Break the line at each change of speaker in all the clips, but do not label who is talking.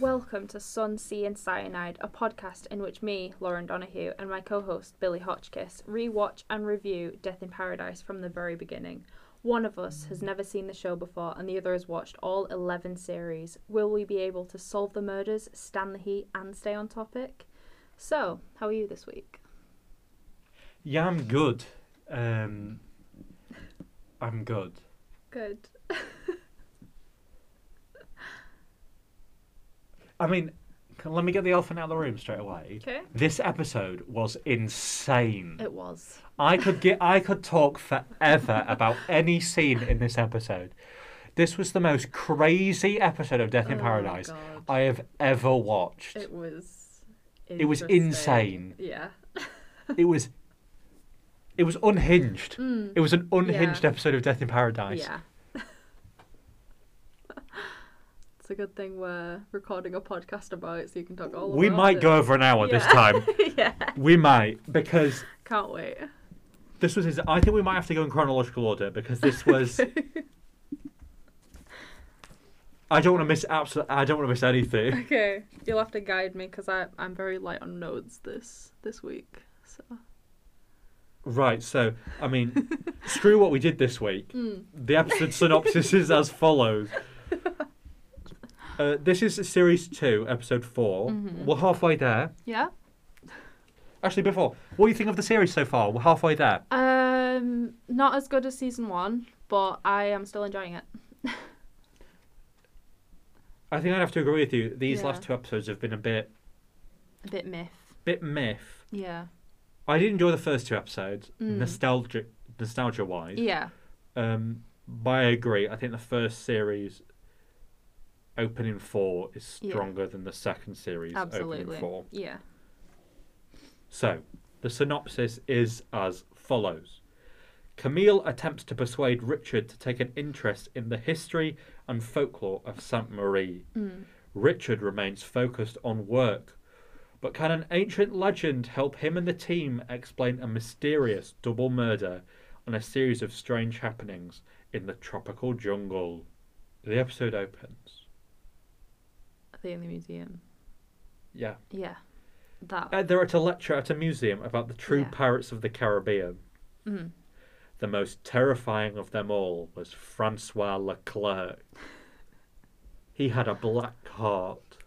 Welcome to Sun, Sea and Cyanide, a podcast in which me, Lauren Donahue, and my co-host Billy Hotchkiss rewatch and review Death in Paradise from the very beginning. One of us has never seen the show before and the other has watched all 11 series. Will we be able to solve the murders, stand the heat and stay on topic? So, how are you this week?
Yeah, I'm good. Um, I'm good.
Good.
I mean, c- let me get the elephant out of the room straight away.
Okay.
This episode was insane.
It was.
I could get I could talk forever about any scene in this episode. This was the most crazy episode of Death in
Oh my
Paradise
God.
I have ever watched.
It was
It was
interesting.
insane.
Yeah.
It was it was unhinged. It was an unhinged
Hmm. Yeah.
episode of Death in Paradise.
Yeah. it's a good thing we're recording a podcast about it so you can talk all
We
about
might
it.
go over an hour this
Yeah.
time.
yeah.
we might because
Can't wait.
this was his i think we might have to go in chronological order because this was i don't want to miss absolutely i don't want to miss anything
okay. You'll have to guide me because I'm very light on nodes this this week. So
right so i mean screw what we did this week
Hmm.
the episode synopsis is as follows uh, this is series 2 episode 4
Mhm.
we're halfway there
Yeah.
actually before what do you think of the series so far we're halfway there
Um not as good as season one, but I am still enjoying it.
i think i'd have to agree with you these
Yeah.
last two episodes have been a bit
A bit myth.
bit myth
Yeah.
i did enjoy the first two episodes
Mm.
nostalgia nostalgia wise
Yeah.
Um, but I agree. I think the first series, opening four, is
Yeah.
stronger than the second series,
Absolutely.
opening four.
Yeah.
So, the synopsis is as follows Camille attempts to persuade Richard to take an interest in the history and folklore of Sainte Marie.
Mm.
Richard remains focused on work. But can an ancient legend help him and the team explain a mysterious double murder and a series of strange happenings in the tropical jungle? The episode opens.
The only museum.
Yeah.
Yeah. That
Uh, they're at a lecture at a museum about the true
Yeah.
pirates of the Caribbean.
Mm.
The most terrifying of them all was Francois Leclerc. He had a black heart.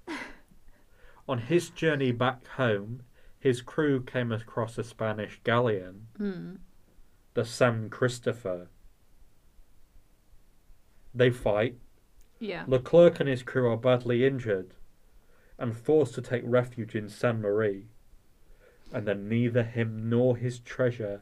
On his journey back home, his crew came across a Spanish galleon,
Mm.
the San Christopher. They fight.
Yeah.
Leclerc and his crew are badly injured and forced to take refuge in Saint Marie. And then neither him nor his treasure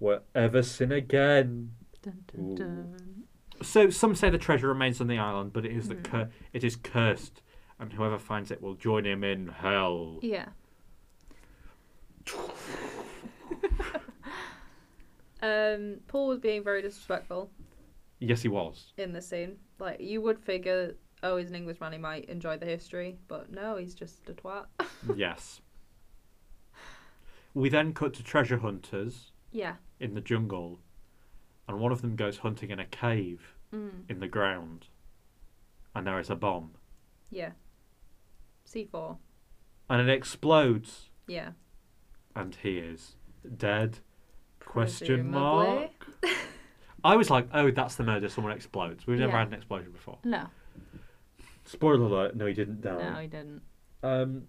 were ever seen again.
Dun,
Ooh.
dun, dun.
So some say the treasure remains on the island, but it is the
Hmm.
cur- it is cursed, and whoever finds it will join him in hell.
Yeah. um, Paul was being very disrespectful
Yes, he was.
in this scene. Like you would figure, oh, he's an Englishman, he might enjoy the history, but no, he's just a twat.
yes. We then cut to treasure hunters
yeah.
in the jungle, and one of them goes hunting in a cave
Mm.
in the ground, and there is a bomb,
Yeah. C four.
and it explodes,
Yeah.
and he is dead. Question
Presumably.
mark. I was like, oh, that's the murder. Someone explodes. We've never
Yeah.
had an explosion before.
No.
Spoiler alert, no, he didn't
No,
die.
he didn't.
Um,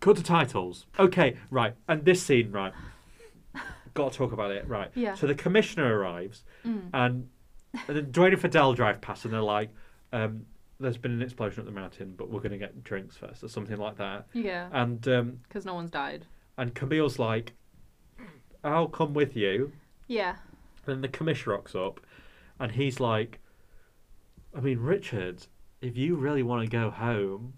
cut to titles. Okay, right. And this scene, right. Got to talk about it, right.
Yeah.
So the commissioner arrives
Mm.
and, and then Dwayne and Fidel drive past and they're like, um, there's been an explosion at the mountain, but we're going to get drinks first or something like that.
Yeah.
And, um,
Because no one's died.
and Camille's like, I'll come with you.
Yeah.
Then the commish rocks up, and he's like, "I mean, Richard, if you really want to go home,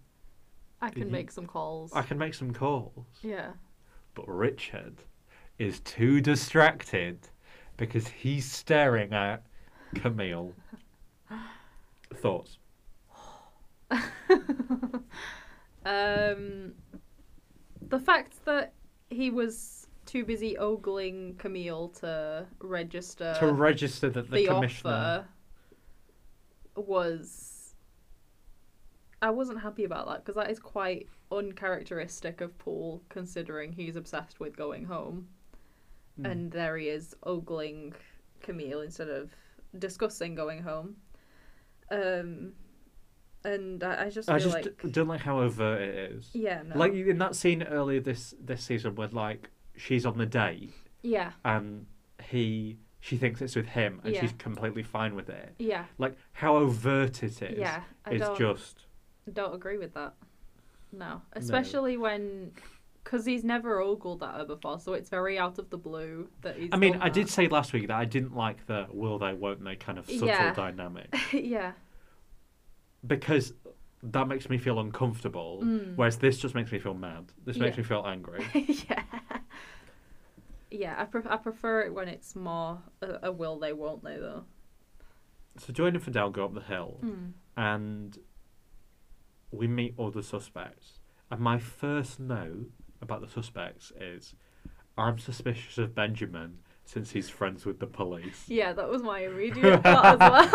I can
Mhm.
make some calls.
I can make some calls."
Yeah.
But Richard is too distracted because he's staring at Camille. Thoughts?
Um, the fact that he was too busy ogling Camille to register
to register that the,
the
commissioner.
offer was I wasn't happy about that because that is quite uncharacteristic of Paul, considering he's obsessed with going home,
Mm.
and there he is ogling Camille instead of discussing going home. Um, and I, I just
I
feel
just
like
d- don't like how overt it is.
yeah, no,
Like in that scene earlier this this season where like she's on the date
yeah,
and he she thinks it's with him and
Yeah.
she's completely fine with it.
yeah,
Like how overt it is.
yeah. I
It's
don't,
just
don't agree with that. No, especially when. Because he's never ogled at her before, so it's very out of the blue that he's.
I mean,
done
I did
that.
say last week that I didn't like the will they, won't they kind of subtle
Yeah.
dynamic
yeah.
because that makes me feel uncomfortable.
Mm.
Whereas this just makes me feel mad. This makes
Yeah.
me feel angry.
yeah. Yeah, I, pref- I prefer it when it's more a, a will they, won't they, though.
so Joanne and Fidel go up the hill
Mm.
and we meet all the suspects. And my first note about the suspects is I'm suspicious of Benjamin since he's friends with the police.
Yeah, that was my immediate thought as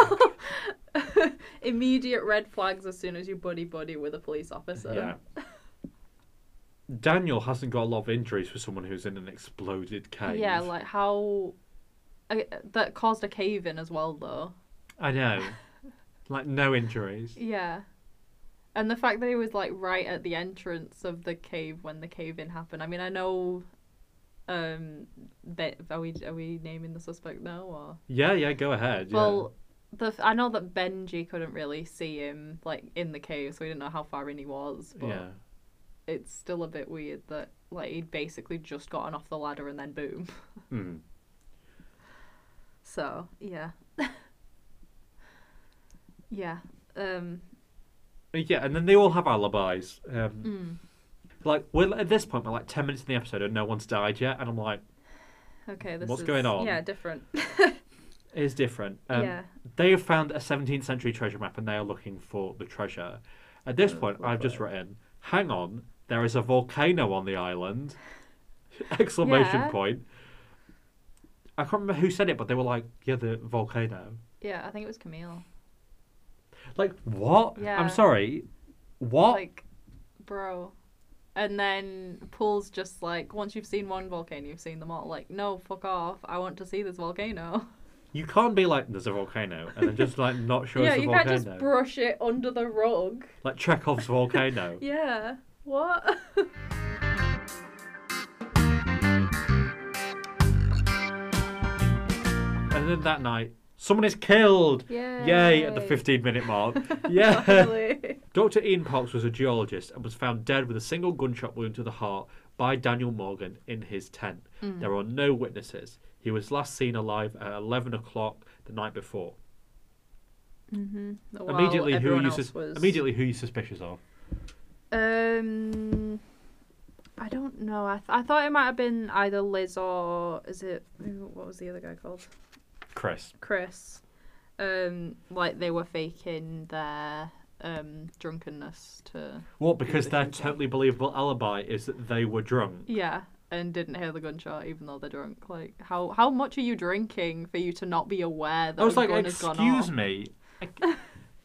well. immediate red flags as soon as you buddy buddy with a police officer.
Yeah. Daniel hasn't got a lot of injuries for someone who's in an exploded cave.
Yeah, like how. I, that caused a cave in as well, though.
I know. Like no injuries.
Yeah. And the fact that he was like right at the entrance of the cave when the cave in happened. I mean, I know. Um, Be- are we are we naming the suspect now or?
Yeah, yeah, go ahead. yeah.
Well, the f- I know that Benji couldn't really see him like in the cave, so we didn't know how far in he was. But
yeah.
it's still a bit weird that like he'd basically just gotten off the ladder and then boom.
Mm.
So yeah, yeah, um,
Yeah, and then they all have alibis. Um,
mm,
Like, we're at this point, we're like 10 minutes in the episode and no one's died yet. And I'm like,
okay. This
What's
is,
going on?
Yeah, different.
it is different. Um,
yeah,
They have found a 17th century treasure map and they are looking for the treasure. At this
Oh,
point,
well
I've just
played.
written, hang on, there is a volcano on the island! Exclamation
Yeah.
point. I can't remember who said it, but they were like, yeah, the volcano.
yeah. I think it was Camille.
Like, what?
Yeah.
I'm sorry. What?
Like, bro. And then Paul's just like, once you've seen one volcano, you've seen them all. Like, no, fuck off. I want to see this volcano.
You can't be like, there's a volcano, and then just like not sure
yeah,
it's a
you
volcano.
can't just brush it under the rug.
Like Chekhov's volcano.
Yeah. What?
And then that night, someone is killed.
Yay.
Yay, at the 15 minute mark. Yeah.
Finally.
Dr. Ian Parks was a geologist and was found dead with a single gunshot wound to the heart by Daniel Morgan in his tent.
Hmm.
There are no witnesses. He was last seen alive at 11 o'clock the night before.
While
immediately, who are
Mm-hmm. everyone
you
else
sus-
was-
immediately who are you suspicious of?
Um, I don't know. I, th- I thought it might have been either Liz or is it who- what was the other guy called?
Chris.
Chris. Um, like they were faking their um drunkenness to
What? Because
they
their
think so.
totally believable alibi is that they were drunk.
yeah and didn't hear the gunshot even though they're drunk like how how much are you drinking for you to not be aware that
I was
a
like,
gun has gone off?
excuse me.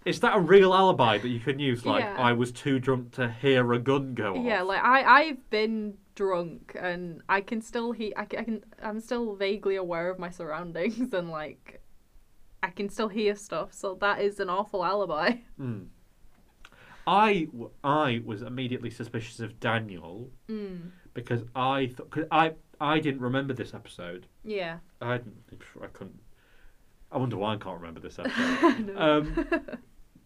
Is that a real alibi that you can use? Like,
Yeah.
I was too drunk to hear a gun go off.
Yeah, like I I've been drunk and I can still he I, ca- I can I'm still vaguely aware of my surroundings and like I can still hear stuff. So that is an awful alibi.
Mm. I, w- I was immediately suspicious of Daniel
Mm.
because I thought cause I I didn't remember this episode.
Yeah.
I didn't, I couldn't. I wonder why I can't remember this episode. um,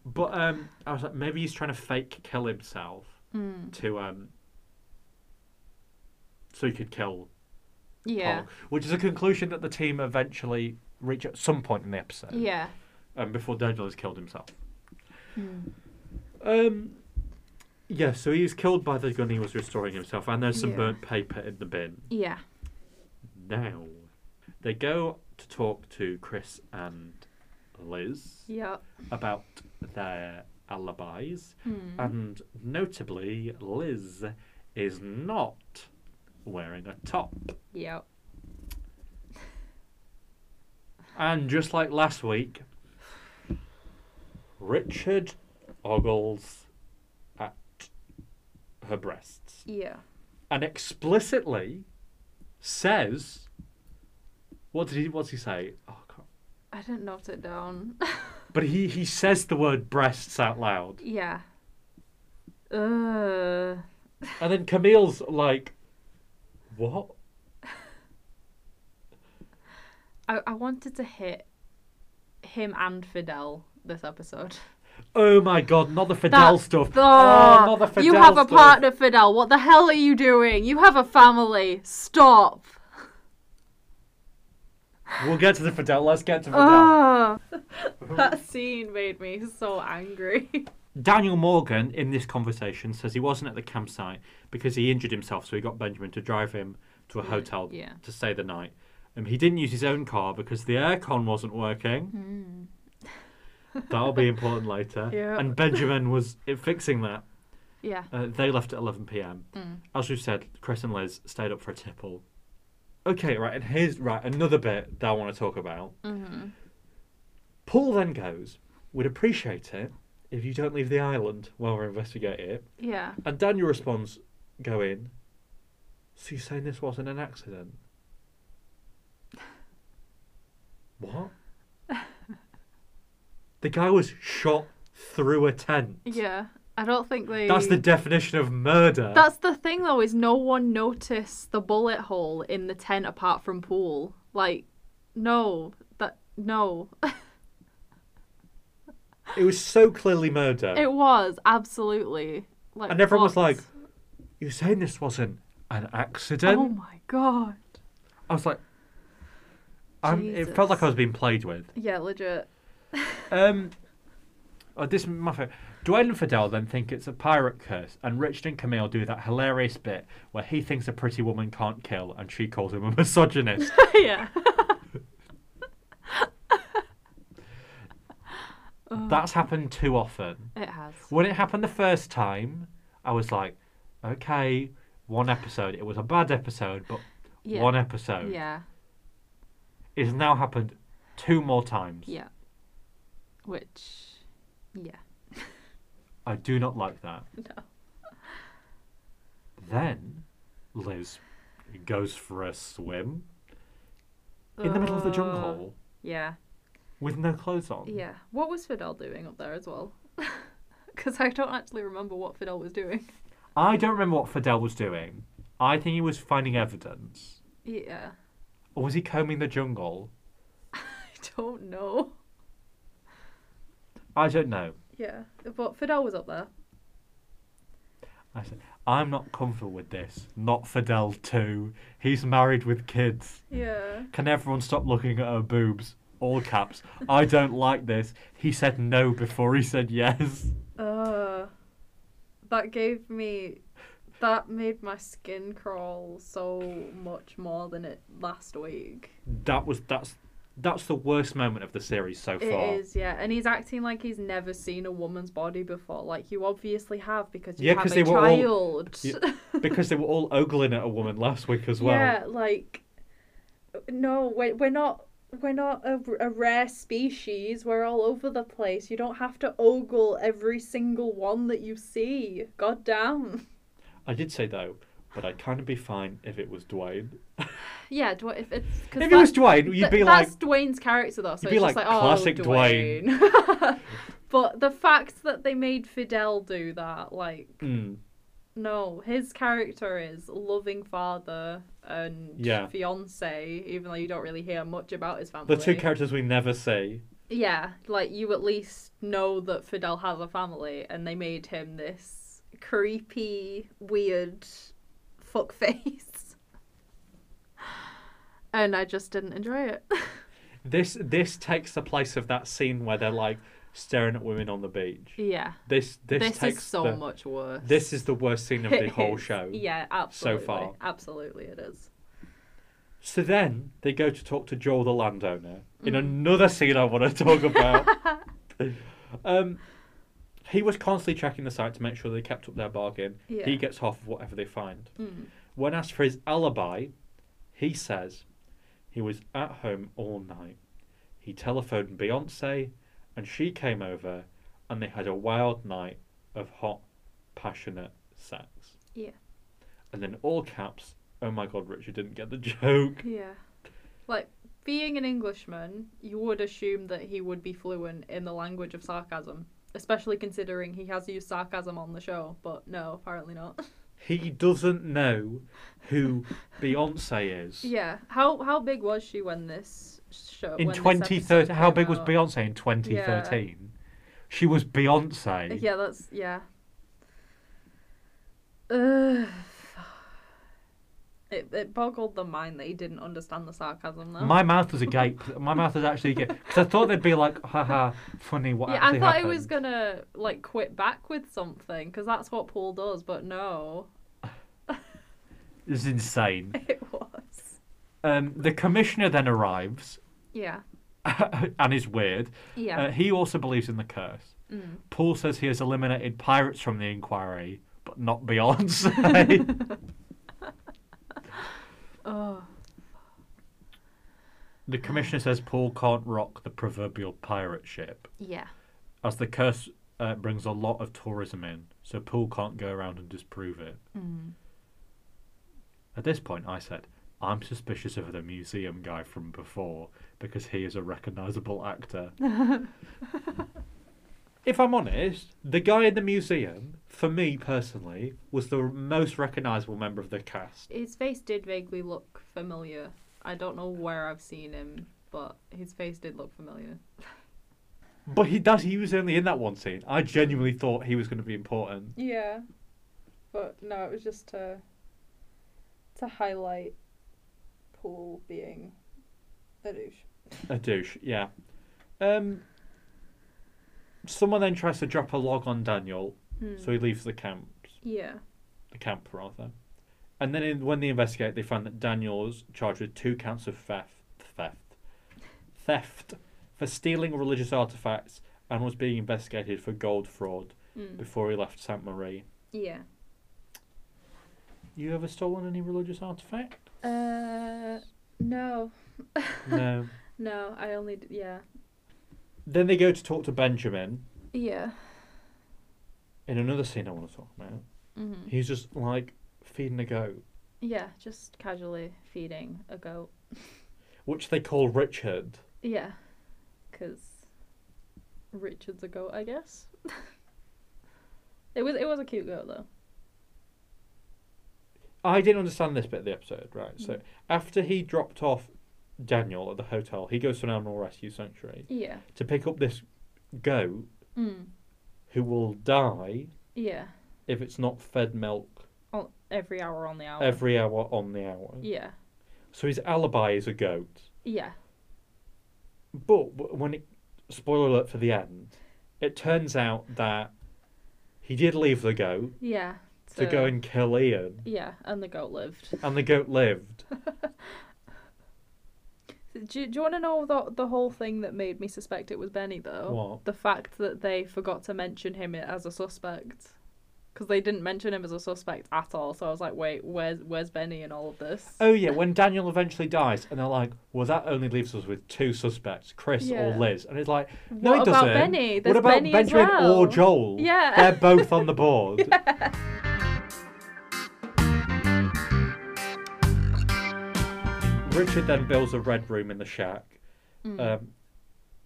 but um, I was like, maybe he's trying to fake kill himself
Mm.
to um, so he could kill
Yeah.
Pong, which is a conclusion that the team eventually reach at some point in the episode.
Yeah.
Um, before Daniel has killed himself. Hmm.
Mm.
Um, yeah, so he was killed by the gun he was restoring himself, and there's some
Yeah.
burnt paper in the bin.
Yeah.
Now, they go to talk to Chris and Liz
Yeah.
about their alibis,
Mm.
and notably, Liz is not wearing a top.
Yeah.
And just like last week, Richard ogles her breasts
Yeah.
and explicitly says, "What did he? What's he say?" Oh, I can't-
I didn't note it down.
but he he says the word breasts out loud,
yeah. Uh, Ugh.
and then Camille's like, "What?"
I, I wanted to hit him and Fidel this episode.
Oh my god, not the Fidel
That-
stuff.
Ah,
oh, not the
you
Fidel
have a
stuff.
partner, Fidel. What the hell are you doing? You have a family. Stop.
We'll get to the Fidel. Let's get to
Oh.
Fidel.
Ugh. that scene made me so angry.
Daniel Morgan, in this conversation, says he wasn't at the campsite because he injured himself, so he got Benjamin to drive him to a hotel
yeah.
to stay the night. Um, he didn't use his own car because the aircon wasn't working. That'll be important later.
Hmm. Yeah.
And Benjamin was uh, fixing that.
Yeah.
Uh, they left at 11 p.m.
Hmm.
As we've said, Chris and Liz stayed up for a tipple. Okay, right, and here's right another bit that I want to talk about. Paul then goes, "We'd appreciate it if you don't leave the island while we're investigating it."
Yeah.
And Daniel responds, "Going, so you're saying this wasn't an accident?" What? the guy was shot through a tent.
Yeah. I don't think they.
That's the definition of murder.
That's the thing though, is no one noticed the bullet hole in the tent apart from Pool. Like, no, that no,
It was so clearly murder.
it was absolutely like.
And everyone was
what?
like, You're saying this wasn't an accident?
"Oh my god."
I was like, I'm, it
Jesus.
felt like I was being played with.
Yeah, legit.
Um, oh, this is my favorite. Dwayne and Fidel then think it's a pirate curse, and Richard and Camille do that hilarious bit where he thinks a pretty woman can't kill, and she calls him a misogynist.
yeah. Oh.
That's happened too often.
It has.
When it happened the first time, I was like, okay, one episode. It was a bad episode, but
Yeah.
one episode.
Yeah.
It's now happened two more times.
Yeah. Which. Yeah.
I do not like that.
No.
Then Liz goes for a swim in the middle of the
Uh,
jungle
Yeah.
with no clothes on.
Yeah. What was Fidel doing up there as well? Because I don't actually remember what Fidel was doing.
I don't remember what Fidel was doing. I think he was finding evidence.
Yeah.
Or was he combing the jungle?
I don't know.
I don't know.
Yeah. But Fidel was up there.
I said, I'm not comfortable with this. Not Fidel too. He's married with kids.
Yeah.
Can everyone stop looking at her boobs? All caps. I don't like this. He said no before he said yes.
Uh, that gave me. That made my skin crawl so much more than it last week.
That was that's that's the worst moment of the series so
It
far.
is, yeah. And he's acting like he's never seen a woman's body before. Like you obviously have because you
Yeah,
have
'cause
a
they were all-
child.
Yeah, because they were all ogling at a woman last week as well.
Yeah, like no, we're, we're not we're not a, a rare species. We're all over the place. You don't have to ogle every single one that you see. God damn.
I did say though, but I'd kind of be fine if it was Dwayne.
Yeah, Dw- if it's because
If it was Dwayne, you'd be like,
that's Dwayne's character though. So
you'd be
it's just
like,
like, oh,
classic
Dwayne.
Dwayne.
but the fact that they made Fidel do that, like.
mm,
No, his character is loving father and
Yeah.
fiance, even though you don't really hear much about his family.
the two characters we never see.
Yeah, like you at least know that Fidel has a family, and they made him this creepy, weird fuckface. and I just didn't enjoy it.
This this takes the place of that scene where they're like staring at women on the beach.
yeah,
This this,
this,
takes
is so
the,
much worse.
This is the worst scene of the
It
whole
is.
show.
Yeah, absolutely.
far.
absolutely, it is.
So then they go to talk to Joel, the landowner,
Mm.
in another scene I want to talk about. um, he was constantly checking the site to make sure they kept up their bargain.
Yeah.
He gets half of whatever they find.
Mm,
When asked for his alibi, he says he was at home all night. He telephoned Beyonce, and she came over, and they had a wild night of hot, passionate sex.
Yeah.
And then all caps, oh my god, Richard didn't get the joke.
Yeah. Like, being an Englishman, you would assume that he would be fluent in the language of sarcasm, especially considering he has used sarcasm on the show, but no, apparently not.
He doesn't know who Beyonce is.
Yeah. How how big was she when this show
In
when this episode
2013, how
came
big was
out?
Beyonce in 2013? She was Beyonce.
Yeah, that's yeah. Ugh. It it boggled the mind that he didn't understand the sarcasm though.
My mouth was agape. My mouth was actually agape because I thought they'd be like, haha, funny. What
yeah, I
actually
thought
happened?
he was gonna like quit back with something because that's what Paul does, but no,
It was insane.
it was.
Um, the commissioner then arrives
Yeah,
and is weird.
yeah,
Uh, he also believes in the curse.
Mm.
Paul says he has eliminated pirates from the inquiry, but not Beyonce.
oh,
the commissioner says Paul can't rock the proverbial pirate ship,
yeah,
as the curse uh, brings a lot of tourism in, so Paul can't go around and disprove it.
mm.
At this point, I said, I'm suspicious of the museum guy from before because he is a recognisable actor. if I'm honest, the guy in the museum, for me personally, was the most recognisable member of the cast.
His face did vaguely look familiar. I don't know where I've seen him, but his face did look familiar.
But he does, he was only in that one scene. I genuinely thought he was going to be important.
Yeah, but no, it was just to to highlight Paul being a douche.
A douche, yeah. Um, someone then tries to drop a log on Daniel, so he leaves the camp.
Hmm. Yeah.
the camp rather. And then in, when they investigate, they find that Daniel's charged with two counts of theft, theft, theft for stealing religious artifacts, and was being investigated for gold fraud
Mm.
before he left Saint Marie.
Yeah.
You ever stolen any religious artifact?
Uh, no,
no.
no. I only d- yeah.
Then they go to talk to Benjamin.
Yeah.
In another scene, I want to talk about.
Mm-hmm.
He's just like feeding a goat,
Yeah, just casually feeding a goat.
which they call Richard.
Yeah, because Richard's a goat, I guess. it was it was a cute goat though.
I didn't understand this bit of the episode, right? So
Mm.
after he dropped off Daniel at the hotel, he goes to an animal rescue sanctuary
Yeah.
to pick up this goat
Mm.
who will die
Yeah.
if it's not fed milk
On every hour on the hour.
every hour on the hour.
Oh. Yeah.
So his alibi is a goat.
Yeah.
But w- when it spoiler alert for the end, it turns out that he did leave the goat
Yeah.
to go and kill Ian,
Yeah, and the goat lived.
and the goat lived.
Do you, do you want to know the, the whole thing that made me suspect it was Benny, though?
What?
The fact that they forgot to mention him as a suspect. Because they didn't mention him as a suspect at all, so I was like, wait, where's where's Benny in all of this?
Oh yeah, when Daniel eventually dies, and they're like, "Well, that only leaves us with two suspects, Chris
Yeah.
or Liz," and it's like, "No,
what
it
about
doesn't.
Benny? There's
what about
Benny as
Benjamin
well.
or Joel?
Yeah.
they're both on the board." Richard then builds a red room in the shack.
Mm.
Um,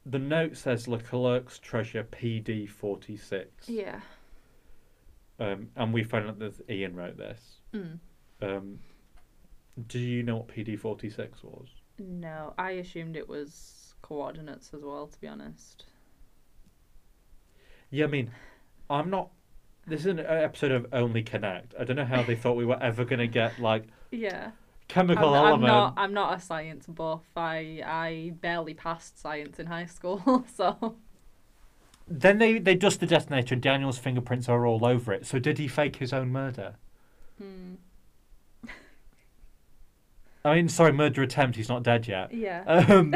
the note says Leclerc's treasure PD forty six,
yeah.
um, and we found out that Ian wrote this.
Mm.
Um, do you know what PD forty six was?
No, I assumed it was coordinates as well, to be honest.
Yeah, I mean, I'm not. This is an episode of Only Connect. I don't know how they thought we were ever going to get like
Yeah.
chemical
I'm, I'm
element.
not I'm not a science buff. I I barely passed science in high school, so
Then they they dust the detonator, and Daniel's fingerprints are all over it. So did he fake his own murder?
hmm.
I mean, sorry, murder attempt. He's not dead yet.
yeah.
Um,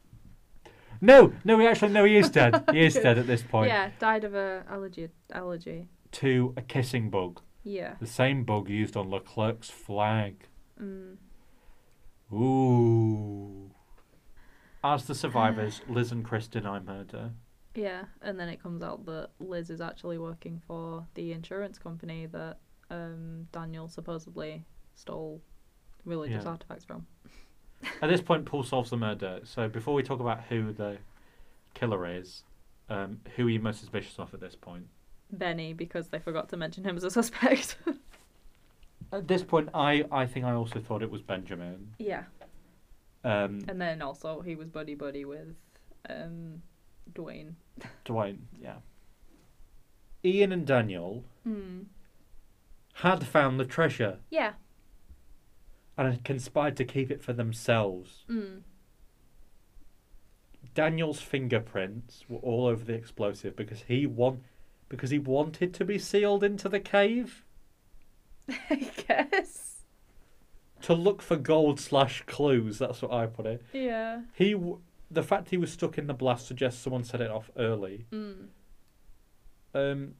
no, no, he actually no, he is dead. He is dead at this point.
Yeah, died of a allergy. Allergy.
To a kissing bug,
Yeah.
the same bug used on Leclerc's flag.
Mm.
Ooh. As the survivors, Liz and Chris deny murder.
Yeah, and then it comes out that Liz is actually working for the insurance company that um, Daniel supposedly stole religious
Yeah.
artifacts from.
At this point, Paul solves the murder. So before we talk about who the killer is, um, who are you most suspicious of at this point?
Benny, because they forgot to mention him as a suspect.
At this point, I, I think I also thought it was Benjamin.
yeah,
Um,
and then also he was buddy buddy with um, Dwayne.
Dwayne, yeah. Ian and Daniel
Mm.
had found the treasure
Yeah.
and had conspired to keep it for themselves.
Mm.
Daniel's fingerprints were all over the explosive because he want because he wanted to be sealed into the cave
I guess.
to look for gold slash clues. That's what I put it.
Yeah.
He w- the fact he was stuck in the blast suggests someone set it off early.
Mm.
Um,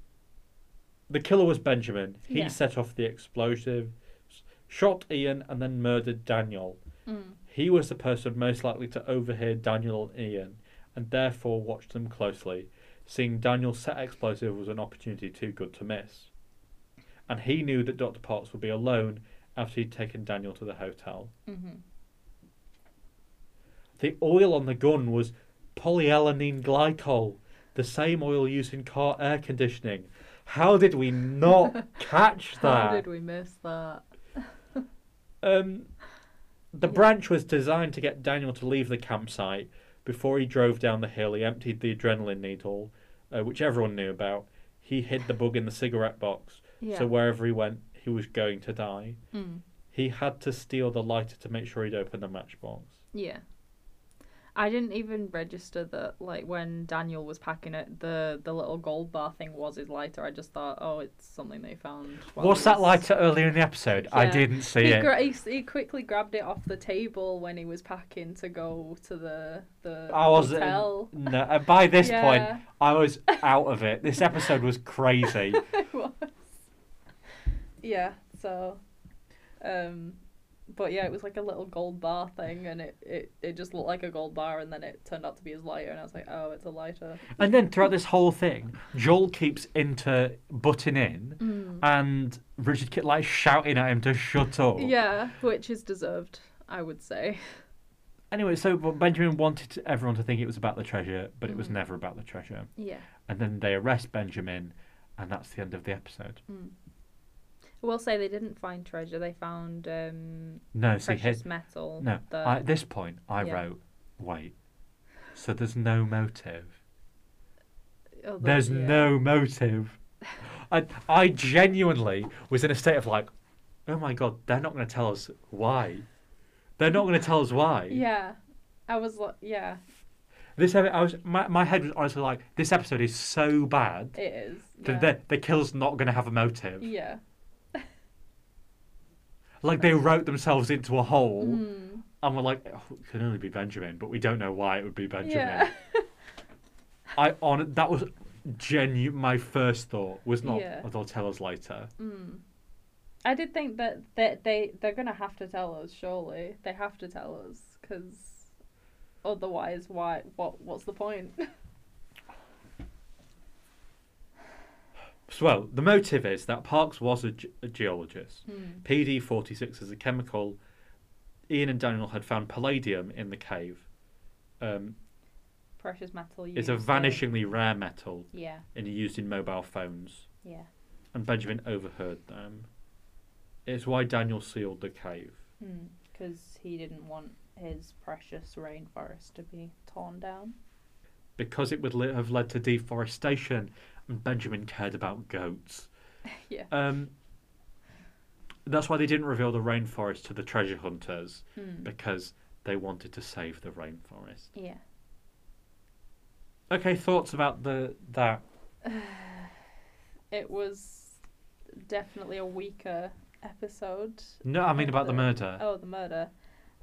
the killer was Benjamin. He
Yeah.
set off the explosive, s- shot Ian, and then murdered Daniel.
Mm.
He was the person most likely to overhear Daniel and Ian, and therefore watched them closely, seeing Daniel set explosive was an opportunity too good to miss. And he knew that Dr. Potts would be alone after he'd taken Daniel to the hotel.
Mm-hmm.
The oil on the gun was polyalanine glycol, the same oil used in car air conditioning. How did we not catch
How
that?
did we miss that?
Um, the branch was designed to get Daniel to leave the campsite. Before he drove down the hill, he emptied the adrenaline needle, uh, which everyone knew about. He hid the bug in the cigarette box,
Yeah.
so wherever he went, he was going to die.
mm.
He had to steal the lighter to make sure he'd open the matchbox.
Yeah. I didn't even register that like when Daniel was packing it the the little gold bar thing was his lighter. I just thought, oh, it's something they found. while
What's
he
that
was-
lighter earlier in the episode? I
Yeah.
didn't see
He,
it.
gra- he, s- he quickly grabbed it off the table when he was packing to go to the the
I was
hotel.
no. uh, By this point,
Yeah.
I was out of it. This episode was crazy.
it was. Yeah, so um but yeah, it was like a little gold bar thing and it, it, it just looked like a gold bar and then it turned out to be his lighter and I was like, Oh, it's a lighter.
And then throughout this whole thing, Joel keeps into butting in, and Richard Kitlight shouting at him to shut up.
Yeah, which is deserved, I would say.
Anyway, so but Benjamin wanted everyone to think it was about the treasure, but
Mm.
it was never about the treasure.
Yeah.
And then they arrest Benjamin, and that's the end of the episode.
mm. I will say they didn't find treasure, they found um
No, see, here,
precious metal.
no.
that-
I, at this point, I
Yeah.
wrote, wait. So there's no motive.
although-
There's
yeah.
no motive. I, I genuinely was in a state of like, oh my god, they're not going to tell us why. They're not going to tell us why.
Yeah. I was like yeah,
This epi- I was my, my head was honestly like, this episode is so bad
it is.
that
yeah.
the, the kill's not going to have a motive.
yeah.
Like they wrote themselves into a hole,
Mm.
and we're like, oh, it can only be Benjamin, but we don't know why it would be Benjamin.
Yeah.
I on that was genuine. My first thought was not,
Yeah.
oh, they'll tell us later.
Mm. I did think that they, they they're gonna have to tell us. Surely they have to tell us because otherwise, why? What? What's the point?
So, well, the motive is that Parks was a, ge- a geologist.
Hmm.
PD 46 is a chemical. Ian and Daniel had found palladium in the cave. Um,
Precious metal.
it's
used
a
in-
vanishingly rare metal
Yeah.
and used in mobile phones.
Yeah.
And Benjamin overheard them. It's why Daniel sealed the cave.
Because he didn't want his precious rainforest to be torn down.
Because it would le- have led to deforestation, and Benjamin cared about goats.
Yeah.
Um, that's why they didn't reveal the rainforest to the treasure hunters.
Mm.
because they wanted to save the rainforest.
Yeah.
Okay, thoughts about the that?
It was definitely a weaker episode.
No, I mean about the murder.
Oh, the murder.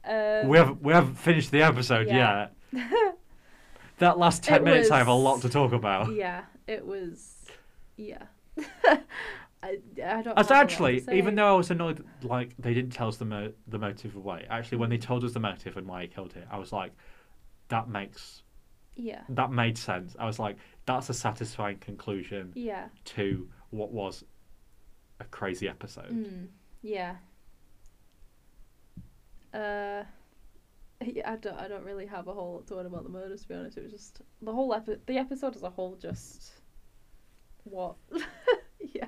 Um,
Uh. We have we haven't finished the episode
Yeah.
yet. that last ten
It
minutes, I have a
was-
lot to talk about.
yeah, it was. Yeah. I, I don't. have a lot
As
to
actually,
say.
even though I was annoyed, like they didn't tell us the mo- the motive away. Actually, when they told us the motive and why he killed it, I was like, that makes
Yeah.
That made sense. I was like, that's a satisfying conclusion
Yeah.
to what was a crazy episode.
Mm. Yeah. Uh. Yeah, I don't. I don't really have a whole lot to word about the murders. To be honest, it was just the whole episode. The episode as a whole, just what? yeah.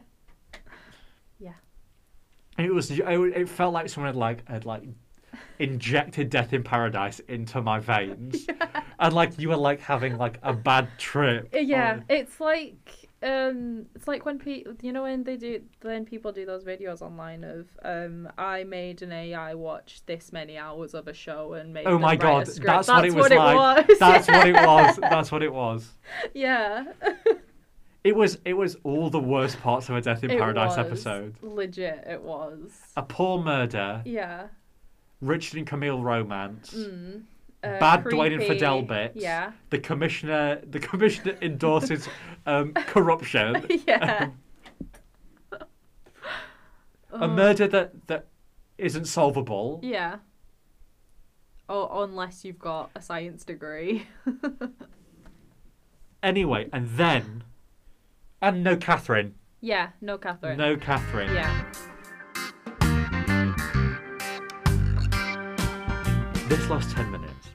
It was. It, it felt like someone had like had like injected Death in Paradise into my veins, and like you were like having like a bad trip.
Uh, Yeah,
Oh,
it's like um, it's like when people, you know, when they do, when people do those videos online of, um, I made an AI watch this many hours of a show and made.
Oh
them
my
write a
God,
script.
that's what it was like.
was.
That's what it was. That's what it was.
yeah,
It was. It was all the worst parts of a Death in
It
Paradise
was.
episode.
Legit, it was.
A poor murder,
Yeah.
Richard and Camille romance,
Mm.
Bad Dwayne and Fidel
creepy-
bits.
Yeah.
the commissioner. The commissioner endorses um, corruption.
yeah.
A murder that that isn't solvable.
Oh. Yeah. Or unless you've got a science degree.
Anyway, and then, and no Catherine.
yeah. No, Catherine.
No Catherine.
Yeah.
This last 10 minutes.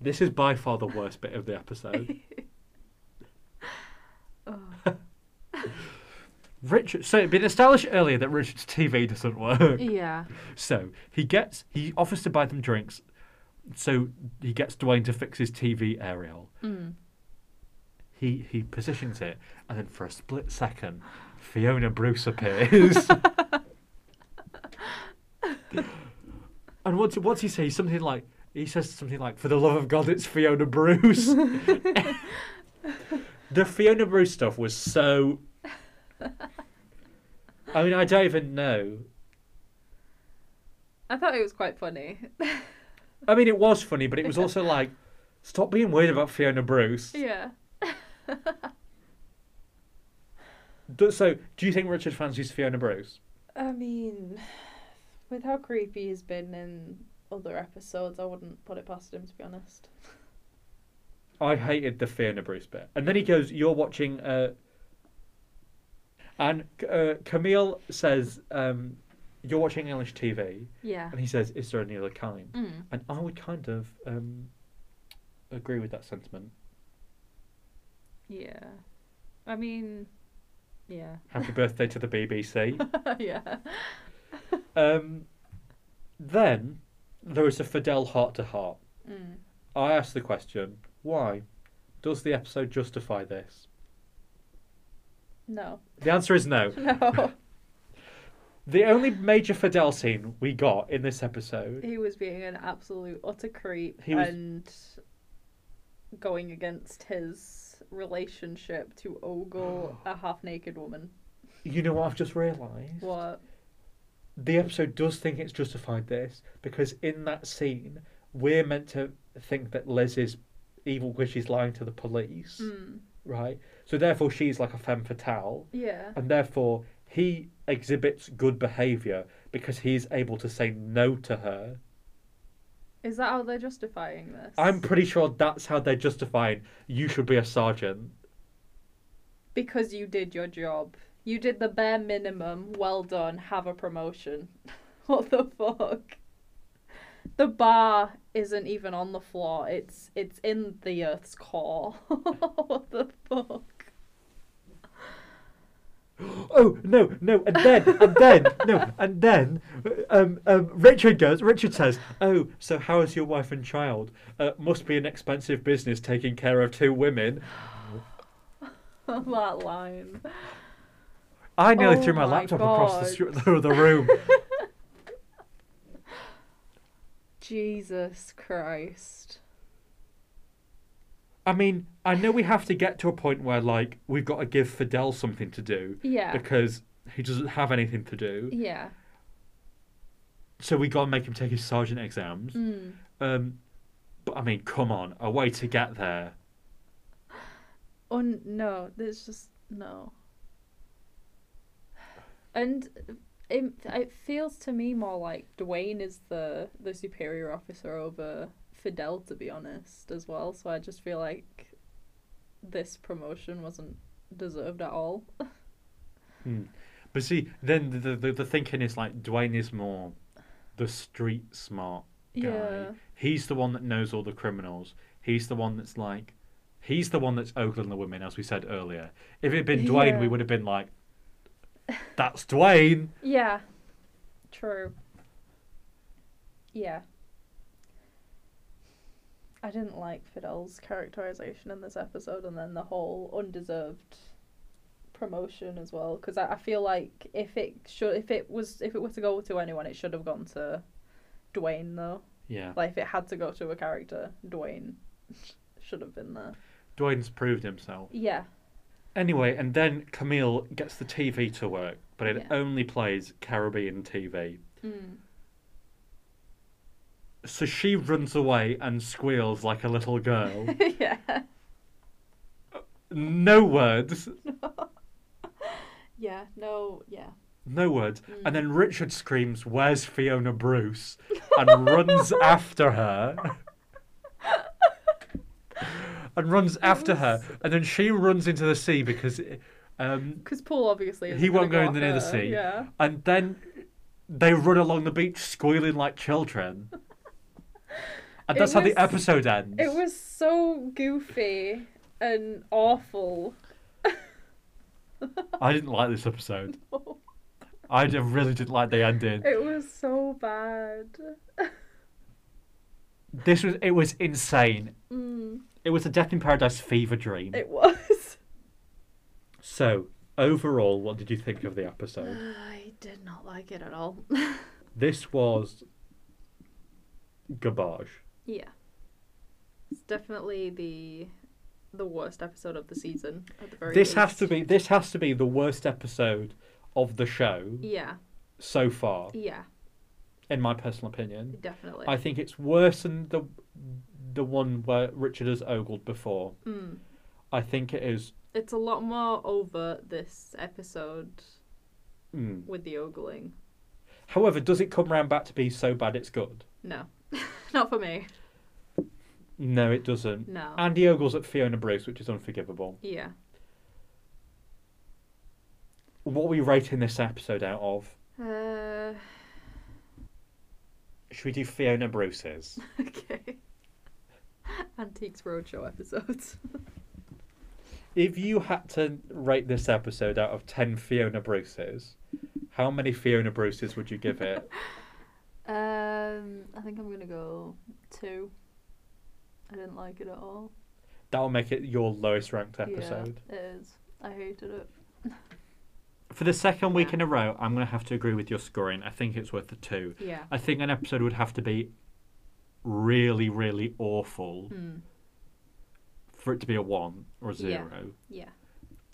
this is by far the worst bit of the episode. Richard, so it'd been established earlier that Richard's TV doesn't work.
Yeah.
So he gets, he offers to buy them drinks. So he gets Dwayne to fix his TV aerial.
Mm.
He he positions it, and then for a split second, Fiona Bruce appears. and what's what's he say? Something like he says something like, "For the love of God, it's Fiona Bruce." the Fiona Bruce stuff was so. I mean, I don't even know.
I thought it was quite funny.
I mean, it was funny, but it was also like, stop being weird about Fiona Bruce.
yeah.
Do- So, do you think Richard fancies Fiona Bruce?
I mean, with how creepy he's been in other episodes, I wouldn't put it past him to be honest.
I hated the Fiona Bruce bit. And then he goes, You're watching. Uh... And uh, Camille says, um, You're watching English TV.
Yeah.
And he says, Is there any other kind?
Mm.
And I would kind of um, agree with that sentiment.
Yeah. I mean, yeah.
Happy birthday to the BBC.
yeah.
Um, then there is a Fidel heart to heart.
Mm.
I asked the question, Why? Does the episode justify this?
No.
The answer is no.
No.
The only major Fidel scene we got in this episode
he was being an absolute utter creep
He was-
and going against his relationship to ogle a half naked woman.
You know what I've just realised?
What?
The episode does think it's justified this because in that scene, we're meant to think that Liz is evil because she's lying to the police,
Mm.
right? So therefore, she's like a femme fatale,
Yeah.
and therefore he exhibits good behaviour because he's able to say no to her.
Is that how they're justifying this?
I'm pretty sure that's how they're justifying you should be a sergeant.
because you did your job. You did the bare minimum. Well done. Have a promotion. what the fuck? The bar isn't even on the floor. It's it's in the earth's core. what the fuck?
Oh no, no, and then and then no, and then um, um, Richard goes. Richard says, "Oh, so how is your wife and child? Uh, must be an expensive business taking care of two women."
that line.
I nearly
Oh
threw
my
my, laptop across the,
God.
str- the the room.
Jesus Christ.
I mean, I know we have to get to a point where like we've got to give Fidel something to do
Yeah.
because he doesn't have anything to do.
yeah.
So we gotta make him take his sergeant exams.
Mm.
Um, but I mean, come on, a way to get there.
Oh n- no, there's just no. And it, it feels to me more like Dwayne is the the superior officer over Fidel, to be honest, as well. So I just feel like this promotion wasn't deserved at all.
But see, then the, the the thinking is like Dwayne is more the street smart guy.
Yeah.
He's the one that knows all the criminals. He's the one that's like, he's the one that's ogling the women, as we said earlier. If it had been Dwayne,
Yeah.
we would have been like, that's Dwayne.
Yeah. True. Yeah.
I didn't like Fidel's characterization in this episode, and then the whole undeserved promotion as well. Because I, I feel like if it should, if it was, if it were to go to anyone, it should have gone to Dwayne though.
Yeah.
Like if it had to go to a character, Dwayne should have been there.
Dwayne's proved himself.
Yeah,
Anyway, and then Camille gets the TV to work, but it
Yeah.
only plays Caribbean TV.
Hmm.
So she runs away and squeals like a little girl.
yeah,
no words.
yeah. No, yeah.
No words.
Hmm.
And then Richard screams, Where's Fiona Bruce? and runs after her. and runs after her. And then she runs into the sea because. Um,
Because Paul obviously isn't
He won't
gonna
go in the
at
near the
her.
sea.
Yeah,
and then they run along the beach squealing like children. And
It
that's how
was-
the episode ends.
it was so goofy and awful.
I didn't like this episode. I d- really didn't like the ending.
It was so bad.
This was it was insane.
Mm,
It was a Death in Paradise fever dream.
it was.
So, overall, what did you think of the episode?
I did not like it at all.
This was garbage.
yeah. It's definitely the the worst episode of the season at the very
This
least.
has to be this has to be the worst episode of the show
Yeah.
so far,
Yeah,
in my personal opinion.
definitely.
I think it's worse than the the one where Richard has ogled before.
Mm.
I think it is.
It's a lot more over this episode
Mm.
with the ogling.
However, does it come round back to be so bad it's good?
No. not for me.
No, it doesn't.
No.
Andy ogles at Fiona Bruce, which is unforgivable.
yeah.
What are we rating this episode out of?
Uh,
Should we do Fiona Bruce's?
okay. Antiques Roadshow episodes.
If you had to rate this episode out of 10 Fiona Bruces, how many Fiona Bruces would you give it?
Um, I think I'm gonna go two. I didn't like it at all.
That'll make it your lowest ranked episode.
Yeah, it is. I hated it.
For the second week
Yeah.
in a row, I'm going to have to agree with your scoring. I think it's worth a two.
Yeah.
I think an episode would have to be really, really awful
Mm.
for it to be a one or a
Yeah.
zero.
Yeah.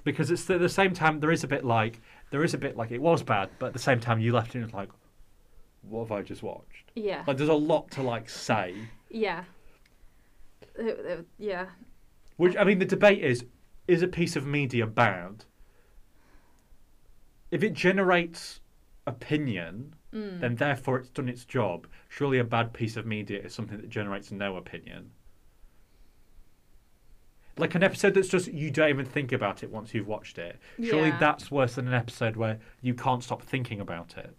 Because it's at the same time, there is a bit like, there is a bit like it was bad, but at the same time, you left it and it's like, what have I just watched?
Yeah.
Like, there's a lot to like say.
Yeah. It- it- yeah.
Which I mean, the debate is: is a piece of media bad? If it generates opinion,
Mm.
then therefore it's done its job. Surely a bad piece of media is something that generates no opinion. Like an episode that's just you don't even think about it once you've watched it. Surely
Yeah.
that's worse than an episode where you can't stop thinking about it.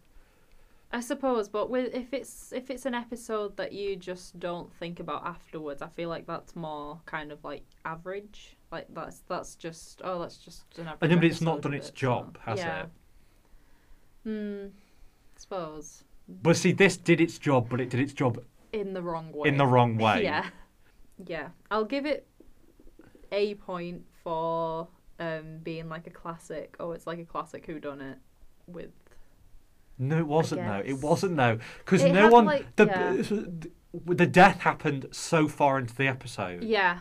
I suppose, but with if it's if it's an episode that you just don't think about afterwards, I feel like that's more kind of like average. Like that's that's just oh that's just an average.
And then it's not
episode
done
of
its
it,
job,
so-
has
yeah.
it?
Hmm. Suppose
But see, this did its job, but it did its job
in the wrong way.
in the wrong way.
Yeah. Yeah. I'll give it a point for um being like a classic. Oh, it's like a classic who done it with
No, it wasn't though. It
guess.
wasn't though, because
It
no
had,
one
like-
the
yeah.
s- th- the death happened so far into the episode.
Yeah.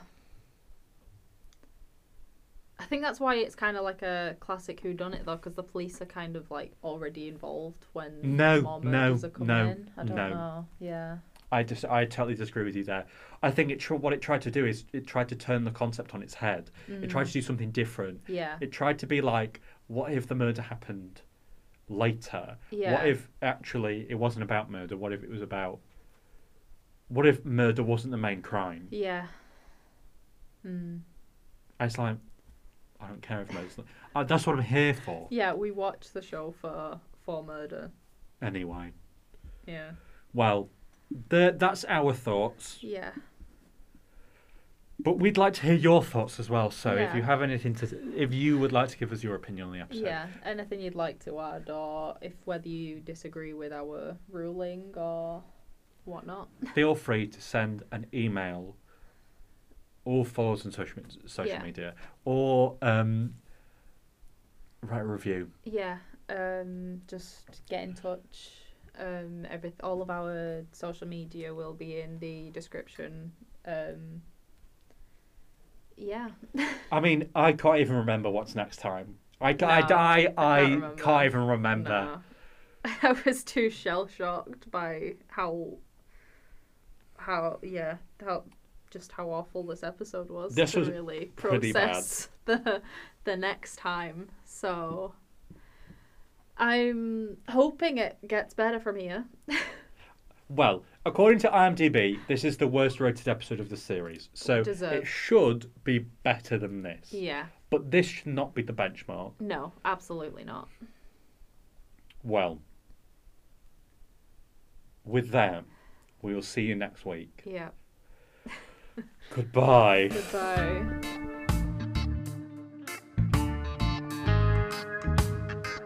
I think that's why it's kind of like a classic who done it though cuz the police are kind of like already involved when
No,
more
no,
murders are coming
no,
in. I don't
no.
know. Yeah.
I just I totally disagree with you there. I think it tr- what it tried to do is it tried to turn the concept on its head. It
Mm.
tried to do something different.
Yeah.
It tried to be like, what if the murder happened later?
Yeah.
What if actually it wasn't about murder? What if it was about What if murder wasn't the main crime?
Yeah. Mm.
I just like, I don't care if murder's not. Uh, that's what I'm here for,
Yeah, we watch the show for for murder.
anyway.
Yeah.
Well, the, that's our thoughts.
Yeah.
But we'd like to hear your thoughts as well. So if
Yeah.
you have anything to, if you would like to give us your opinion on the episode,
Yeah. Anything you'd like to add, or if whether you disagree with our ruling or whatnot.
feel free to send an email. All followers on social, med- social
Yeah.
media, or um, write a review.
Yeah.
Um, just get in touch. Um, every all of our social media will be in the description. Um,
Yeah.
I mean, I can't even remember what's next time. I, I,
No,
I, I,
I can't
can't,
remember.
even remember.
nah. I was too shell shocked by how how yeah how just how awful this episode was
This
to
was
really
pretty bad.
process the the next time. So I'm hoping it gets better from here.
Well, according to IMDb, this is the worst rated episode of the series. So
Deserved.
it should be better than this.
Yeah.
But this should not be the benchmark.
No, absolutely not.
Well, with that, we will see you next week.
Yeah.
Goodbye.
Goodbye.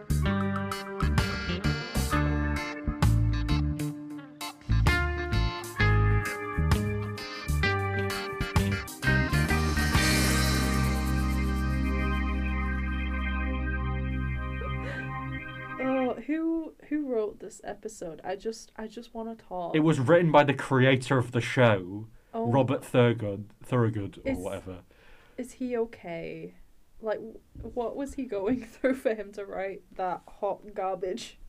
Oh, who who wrote this episode? I just I just want to talk.
It was written by the creator of the show,
oh,
Robert Thurgood, Thurgood or
Is-
whatever.
is he okay? Like, wh- what was he going through for him to write that hot garbage?